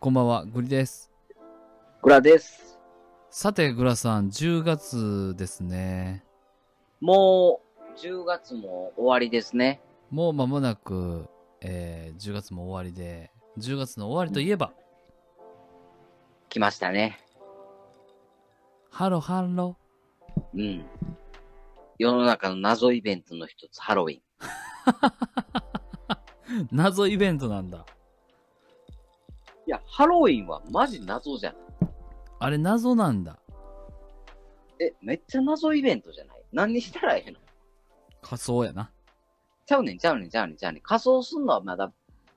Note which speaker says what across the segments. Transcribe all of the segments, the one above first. Speaker 1: こんばんは、グリです。
Speaker 2: グラです。
Speaker 1: さて、グラさん、10月ですね。
Speaker 2: もう、10月も終わりですね。
Speaker 1: もう間もなく、えー10月も終わりで、10月の終わりといえば、
Speaker 2: 来ましたね。
Speaker 1: ハロハロ。
Speaker 2: うん。世の中の謎イベントの一つ、ハロウィン。
Speaker 1: 謎イベントなんだ。
Speaker 2: いや、ハロウィンはマジ謎じゃん。
Speaker 1: あれ、謎なんだ。
Speaker 2: え、めっちゃ謎イベントじゃない何にしたらええの
Speaker 1: 仮想やな。
Speaker 2: ちゃうねん、ちゃうねん、ちゃうねん、ちゃうねん。仮装すんのはまだ、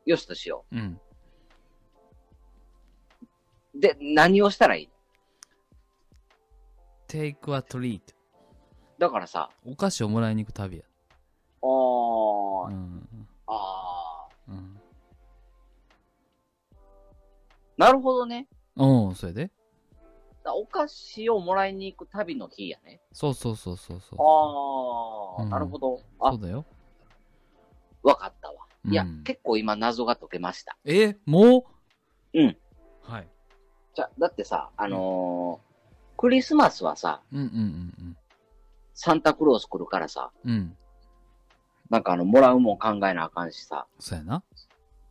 Speaker 2: よしとしよ
Speaker 1: うん。
Speaker 2: う。で、何をしたらいい
Speaker 1: take a treat。
Speaker 2: だからさ、
Speaker 1: お菓子をもらいに行く旅や。
Speaker 2: あー、
Speaker 1: うん。
Speaker 2: あ
Speaker 1: うん。
Speaker 2: ー、なるほどね。
Speaker 1: おうそれで
Speaker 2: だお菓子をもらいに行く旅の日やね。
Speaker 1: そうそうそうそうそう。う
Speaker 2: あー、
Speaker 1: ん
Speaker 2: なるほど。
Speaker 1: そ
Speaker 2: あ
Speaker 1: う、だよ。
Speaker 2: わかったわ。いや、
Speaker 1: うん
Speaker 2: 結構今謎が解けました。
Speaker 1: えーもう
Speaker 2: うん。
Speaker 1: はい。
Speaker 2: じゃ、だってさ、あのークリスマスはさ、
Speaker 1: うんうんうん
Speaker 2: サンタクロース来るからさ、
Speaker 1: うん。うん。
Speaker 2: なんかあの、もらうもん考えなあかんしさ、
Speaker 1: そうやな。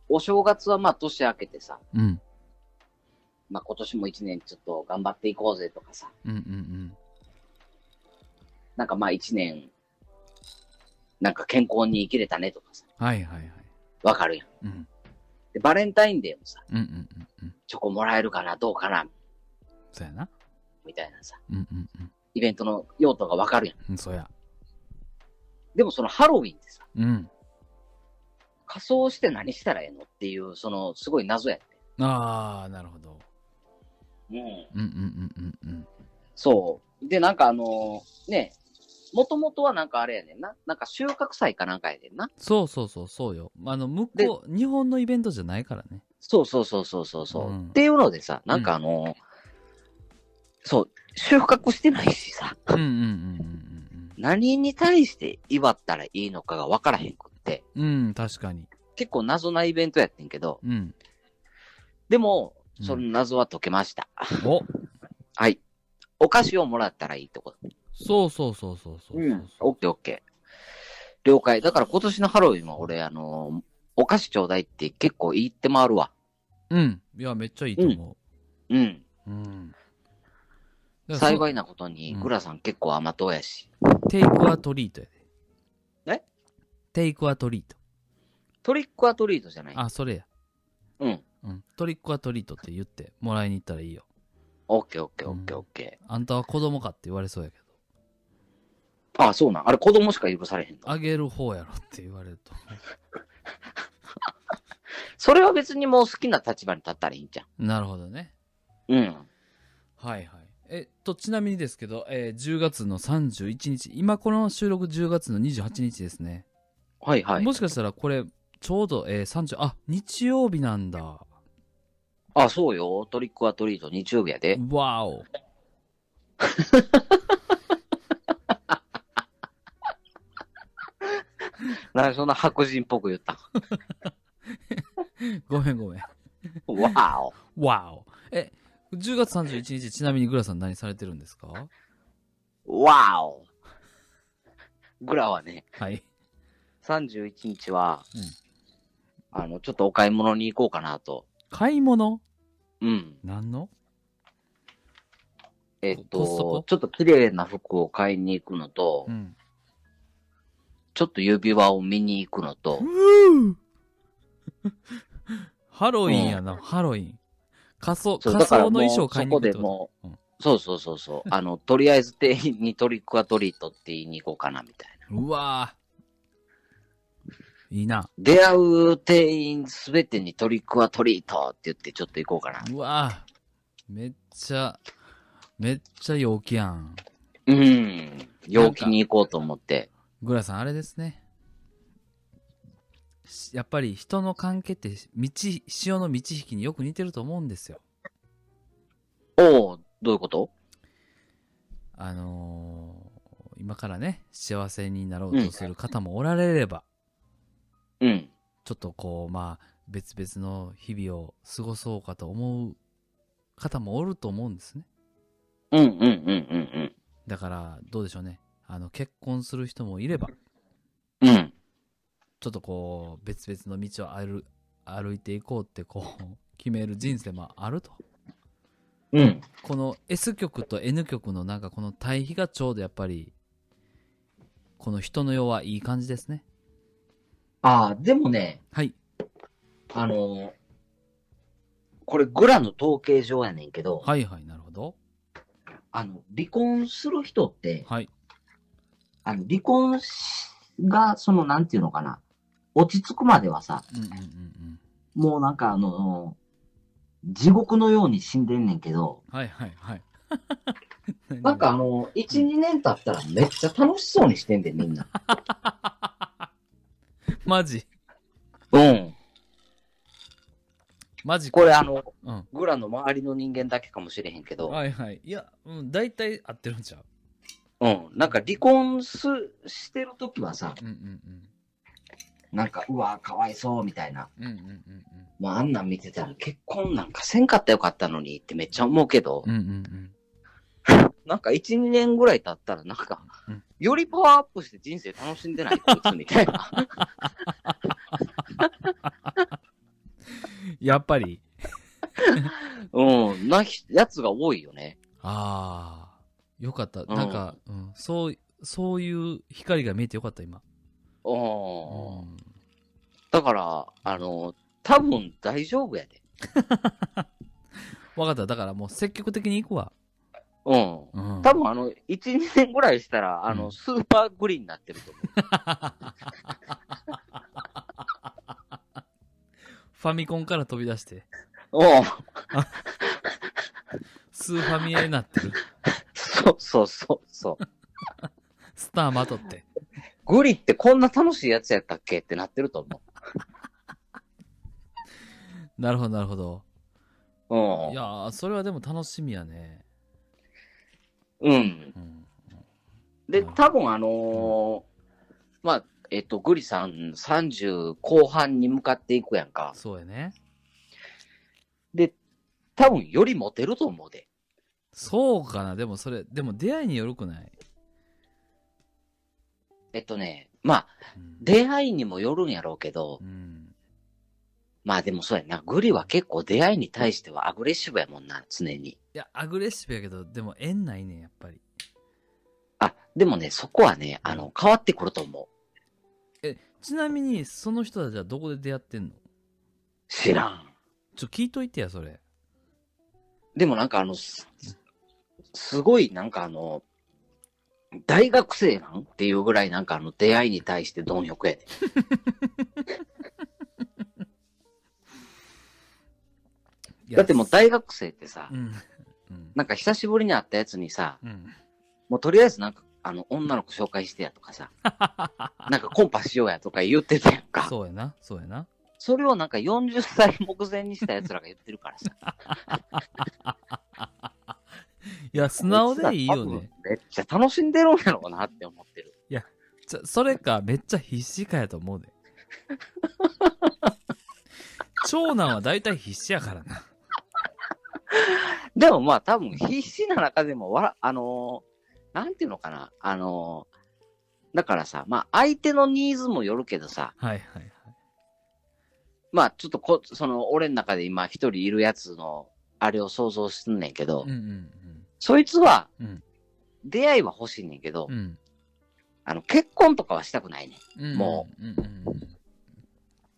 Speaker 2: お正月はまあ年明けてさ、
Speaker 1: うん。
Speaker 2: まあ今年も一年ちょっと頑張っていこうぜとかさ、
Speaker 1: うんうんうん。
Speaker 2: なんかまあ一年、なんか健康に生きれたねとかさ、
Speaker 1: はいはいはい。
Speaker 2: わかるやん。
Speaker 1: うん。
Speaker 2: で、バレンタインデーもさ、
Speaker 1: うんうんうんうん。
Speaker 2: チョコもらえるかな、どうかな、
Speaker 1: そうやな。
Speaker 2: みたいなさ、
Speaker 1: うんうんうん
Speaker 2: イベントの用途がわかるやん。
Speaker 1: うん。そうや。
Speaker 2: でもそのハロウィンってさ、
Speaker 1: うん。
Speaker 2: 仮装して何したらええのっていう、その、すごい謎やって。
Speaker 1: ああ、なるほど。
Speaker 2: うん。
Speaker 1: うんうんうんうんうん。
Speaker 2: そう。で、なんかあのーね、もともとはなんかあれやねんな。なんか収穫祭かなんかやねんな。
Speaker 1: そうそうそう、そうよ。あの、向こう、日本のイベントじゃないからね。
Speaker 2: そうそうそうそうそうそう、
Speaker 1: うん
Speaker 2: っていうのでさ、なんかあのーそう、収穫してないしさ、
Speaker 1: うんうんうん
Speaker 2: 何に対して祝ったらいいのかがわからへんくって、
Speaker 1: うんうん。うん、確かに。
Speaker 2: 結構謎なイベントやってんけど、
Speaker 1: うん。
Speaker 2: でも、
Speaker 1: うん
Speaker 2: その謎は解けました。
Speaker 1: お
Speaker 2: はい。お菓子をもらったらいいってこと。
Speaker 1: そうそうそうそうそうそうそう。
Speaker 2: オッケーオッケー。了解。だから今年のハロウィンは俺、あのーお菓子ちょうだいって結構言って回るわ。
Speaker 1: うん。いや、めっちゃいいと思
Speaker 2: うん。
Speaker 1: う。うん。
Speaker 2: 幸い
Speaker 1: な。
Speaker 2: なことに、
Speaker 1: うん
Speaker 2: グラさん結構甘党やし。
Speaker 1: テイクアトリートやで。
Speaker 2: え
Speaker 1: テイクアトリート。
Speaker 2: トリックアトリートじゃない。
Speaker 1: あ、それや。
Speaker 2: うん。
Speaker 1: うん。トリックアトリートって言って、もらいに行ったらいいよ。
Speaker 2: オッケーオッケーオッケーオッケ
Speaker 1: あんたは子供かって言われそうやけど。
Speaker 2: ー。あ、そうなん。あれ子供しか許されへんの。
Speaker 1: あげる方やろって言われると。
Speaker 2: それは別にもう好きな立場に立ったらいいんじゃん。
Speaker 1: なるほどね。
Speaker 2: うん。
Speaker 1: はいはい。えっと、ちなみにですけど、えー10月の31日、今この収録10月の28日ですね。
Speaker 2: はいはい
Speaker 1: も。しかしたらこれ、ちょうど、えー30、あ、日曜日なんだ。わ
Speaker 2: あ、そうよ。トリックアトリート日曜日やで。
Speaker 1: お。
Speaker 2: なんでそんな白人っぽく言 った
Speaker 1: ごめんごめん。
Speaker 2: んわお。
Speaker 1: わお。え、10月31日、ちなみにグラさん何されてるんですか
Speaker 2: わお。グラはね、
Speaker 1: はい。
Speaker 2: 31日は、
Speaker 1: うん
Speaker 2: あの、ちょっとお買い物に行こうかなと。
Speaker 1: 買い物
Speaker 2: うん。
Speaker 1: 何の
Speaker 2: えっ
Speaker 1: コストコ
Speaker 2: と、ちょっと綺麗な服を買いに行くのと、
Speaker 1: ん。
Speaker 2: ちょっと指輪を見に行くのと、
Speaker 1: うー ハロウィンやな、ハロウィン。仮装、
Speaker 2: そう
Speaker 1: 仮装の
Speaker 2: もう
Speaker 1: 衣装買いに行くって
Speaker 2: そ
Speaker 1: こと
Speaker 2: こで
Speaker 1: う
Speaker 2: も
Speaker 1: ん
Speaker 2: う、そうそうそうそう、あの、とりあえず店員にトリックアトリートって言いに行こうかなみたいな。
Speaker 1: うわぁ。いいな。
Speaker 2: 出会う店員すべてにトリックアトリートって言ってちょっと行こうかな。
Speaker 1: うわぁ。めっちゃ、めっちゃ陽気やん。
Speaker 2: うん。陽気に行こうと思って。
Speaker 1: グラさん、あれですね。しやっぱり人の関係って、道、潮の満ち引きによく似てると思うんですよ。
Speaker 2: おおどういうこと
Speaker 1: あのー今からね、幸せになろうとする方もおられれば、
Speaker 2: うん。
Speaker 1: ちょっとこう、まあ、別々の日々を過ごそうかと思う方もおると思うんですね。
Speaker 2: うんうんうんうん
Speaker 1: だから、どうでしょうね。あの、結婚する人もいれば、
Speaker 2: うん。うん。
Speaker 1: ちょっとこう、別々の道を歩歩いていこうってこう、 決める人生もあると。
Speaker 2: うん。
Speaker 1: この S 曲と N 曲のなんかこの対比がちょうどやっぱり、この人の世はいい感じですね。
Speaker 2: ああ、でもね、
Speaker 1: はい。
Speaker 2: あのーこれグラの統計上やねんけど、
Speaker 1: はいはい、なるほど。
Speaker 2: あの、離婚する人って、
Speaker 1: はい。
Speaker 2: あの、離婚しが、その、なんていうのかな、落ち着くまではさ、
Speaker 1: うんうんうんうん。
Speaker 2: もうなんかあのー地獄のように死んでんねんけど、
Speaker 1: はいはいはい。
Speaker 2: なんかあのー、1、2年経ったらめっちゃ楽しそうにしてんで、みんな。
Speaker 1: マジ
Speaker 2: うん。
Speaker 1: マジ
Speaker 2: これあの、
Speaker 1: うん。
Speaker 2: グラの周りの人間だけかもしれへんけど、
Speaker 1: はいはい。いや、うん、大体合ってるんちゃう
Speaker 2: うん。なんか離婚す、してるときはさ、
Speaker 1: うんうん
Speaker 2: なんか、うわかわいそう、みたいな。
Speaker 1: うん。うんうんうんうん。
Speaker 2: もうあんなん見てたら結婚なんかせんかったらよかったのにってめっちゃ思うけど、
Speaker 1: うんうん
Speaker 2: なんか1、2年ぐらい経ったらなんか
Speaker 1: うん、
Speaker 2: よりパワーアップして人生楽しんでな いこいつみたいな。
Speaker 1: うん。やっぱり。
Speaker 2: うん。なひ、やつが多いよね。
Speaker 1: ああ、よかった。なんか、うん、そう、そういう光が見えてよかった、今。
Speaker 2: うん。
Speaker 1: うん
Speaker 2: だから、あの、多分大丈夫やで。
Speaker 1: わかった。だからもう積極的に行くわ。
Speaker 2: うん。
Speaker 1: うん。
Speaker 2: 多分あの、1、2年ぐらいしたら、あ
Speaker 1: う
Speaker 2: の、
Speaker 1: ん
Speaker 2: スーパーグリーンになってると思う。
Speaker 1: ファミコンから飛び出して、
Speaker 2: うん。
Speaker 1: スーファミエになって る。
Speaker 2: そうそうそうそう。
Speaker 1: スターまとって。
Speaker 2: グリってこんな楽しいやつやったっけってなってると思
Speaker 1: なるほど、なるほど。
Speaker 2: う
Speaker 1: い。やー、それはでも楽しみやね。
Speaker 2: うん。うん。
Speaker 1: うん。
Speaker 2: で、多分あのーまあ、えっと、グリさん30後半に向かっていくやんか。
Speaker 1: そうやね。
Speaker 2: で、多分よりモテると思うで。
Speaker 1: そうかな。でもそれ、でも出会いによるくない、
Speaker 2: えっとね、まあ、
Speaker 1: うん、
Speaker 2: 出会いにもよるんやろうけど
Speaker 1: う、ん。
Speaker 2: まあでもそうやな。グリは結構出会いに対してはアグレッシブやもんな、常に。
Speaker 1: いや、アグレッシブやけど、でも縁ないね、やっぱり。
Speaker 2: あ、でもね、そこはね、あの、変わってくると思う。
Speaker 1: ちなみに、その人たちはどこで出会ってんの
Speaker 2: 知らん。
Speaker 1: ちょ、聞いといてや、それ。
Speaker 2: でもなんかあの、すすごいなんかあの、大学生なんっていうぐらいなんかあの出会いに対して貪欲やで。
Speaker 1: いや
Speaker 2: だってもう大学生ってさ
Speaker 1: う、ん。うん。
Speaker 2: なんか久しぶりに会ったやつにさ、
Speaker 1: うん。
Speaker 2: もうとりあえずなんかあの女の子紹介してやと かさ、なんかコンパしようやとか言ってたやんか。
Speaker 1: そうやな、そうやな。
Speaker 2: それをなんか40歳目前にしたやつらが言ってるからさ。
Speaker 1: いや、 素直でいいよね。。
Speaker 2: めっちゃ楽しんでるんやろうなって思ってる。
Speaker 1: ちょそれか、めっちゃ必死かやと思うで。 長男は大体必死やからな。
Speaker 2: でもまあ多分必死な中でもわら、あのーなんていうのかな、あのーだからさ、まあ相手のニーズもよるけどさ、
Speaker 1: はいはいはい。
Speaker 2: まあちょっとこ、その俺の中で今一人いるやつの、あれを想像すんねんけど、
Speaker 1: うんうん
Speaker 2: そいつは
Speaker 1: うん、
Speaker 2: 出会いは欲しいねんけど、
Speaker 1: うん。うん
Speaker 2: あの、結婚とかはしたくないねん。
Speaker 1: うん。
Speaker 2: も
Speaker 1: うん。うんうんうん。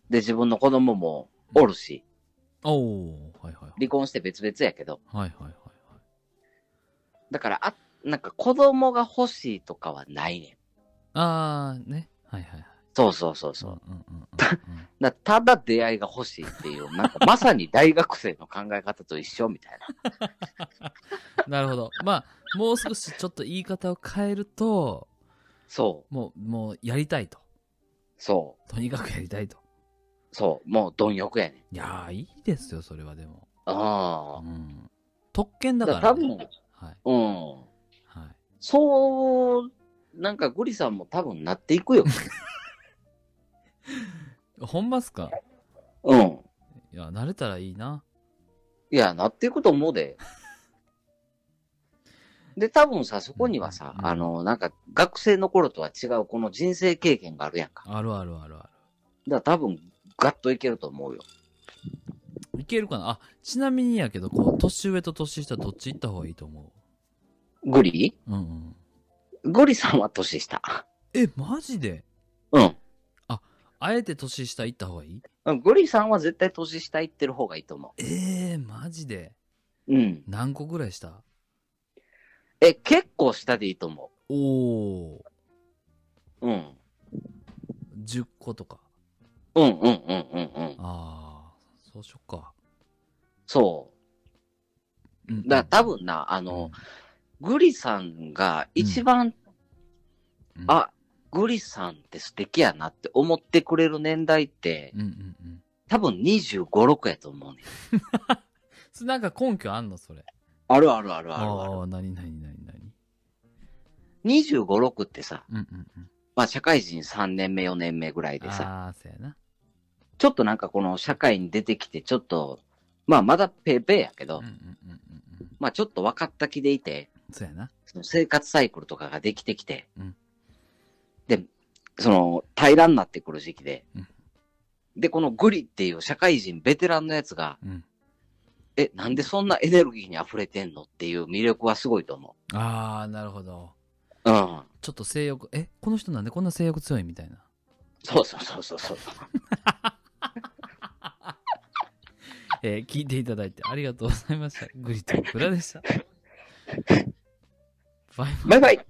Speaker 2: で、自分の子供もおるし、
Speaker 1: おおーはいはいはい。
Speaker 2: 離婚して別々やけど、
Speaker 1: はいはいはいはい。
Speaker 2: だから、あ、なんか子供が欲しいとかはないねん。
Speaker 1: あー、ね。はいはいはい。
Speaker 2: そうそうそうそう。。
Speaker 1: うんうんうんうんうん。
Speaker 2: なただ出会いが欲しいっていう、なんか まさに大学生の考え方と一緒みたいな。
Speaker 1: なるほど。まあ、もう少しちょっと言い方を変えると、
Speaker 2: そう、
Speaker 1: もう、もうやりたいと。
Speaker 2: そ
Speaker 1: とにかくやりたいと。
Speaker 2: う、そう、もう貪欲やね。
Speaker 1: いやー、いいですよ、それはでも。
Speaker 2: ああ。
Speaker 1: うん。特権だ
Speaker 2: だ
Speaker 1: か
Speaker 2: から
Speaker 1: ら
Speaker 2: 多
Speaker 1: ね、
Speaker 2: 分、
Speaker 1: はい。
Speaker 2: うん。
Speaker 1: はい。
Speaker 2: そう、なんかグリさんも多 分なっていくよ。
Speaker 1: ほんまっすか
Speaker 2: うん。
Speaker 1: が慣れたらいいな。
Speaker 2: いや、なっていくと思うで。で、多分さ、そこにはさ、
Speaker 1: うん
Speaker 2: あの、なんか、学生の頃とは違う、この人生経験があるやんか。
Speaker 1: あるあるあるあ
Speaker 2: だから多分、ガッといけると思うよ。
Speaker 1: る。いけるかなあ、ちなみにやけど、こう、年上と年下どっち行った方がいいと思
Speaker 2: グリ
Speaker 1: ううんうん。
Speaker 2: グリさんは年下。
Speaker 1: え、マジで
Speaker 2: うん
Speaker 1: あえて年下行った方がいい
Speaker 2: うん。グリさんは絶対年下行ってる方がいいと思
Speaker 1: ええー、マジで
Speaker 2: う。うん。
Speaker 1: 何個ぐらいした
Speaker 2: え、結構下でいいと思
Speaker 1: おお
Speaker 2: う。うん。
Speaker 1: 10個とか。
Speaker 2: うんうんうんうんうん。
Speaker 1: ああ、そうしよっか。
Speaker 2: そ
Speaker 1: うん
Speaker 2: う。だから多分な、あの、、グリさんが一番、
Speaker 1: うんうん、
Speaker 2: あ、グリさんって素敵やなって思ってくれる年代って、
Speaker 1: うんうんうん。
Speaker 2: 多分25、6やと思うねん。
Speaker 1: それなんか根拠あんのそれ。
Speaker 2: あるあるある
Speaker 1: あ
Speaker 2: あるある。
Speaker 1: あ、なになになになに
Speaker 2: 25、6ってさ、
Speaker 1: うんうんうん。
Speaker 2: まあ社会人3年目、4年目ぐらいでさ、
Speaker 1: ああ、そうやな。
Speaker 2: ちょっとなんかこの社会に出てきて、ちょっと、まあまだペーペーやけど、
Speaker 1: うんうんうんうんうん。
Speaker 2: まあちょっと分かった気でいて、
Speaker 1: そうやな。
Speaker 2: その生活サイクルとかができてきて、
Speaker 1: うん
Speaker 2: で、その平らになってくる時期で、
Speaker 1: うん
Speaker 2: で、このグリっていう社会人ベテランのやつが、
Speaker 1: うん。
Speaker 2: え、なんでそんなエネルギーに溢れてんのっていう魅力はすごいと思
Speaker 1: ああ、なるほど。
Speaker 2: う。うん。
Speaker 1: ちょっと性欲、え、この人なんでこんな性欲強いみたいな。
Speaker 2: そうそうそうそうそう。
Speaker 1: えー聞いていただいてありがとうござい ました。グリとグラでした。バイバイ
Speaker 2: バイバイ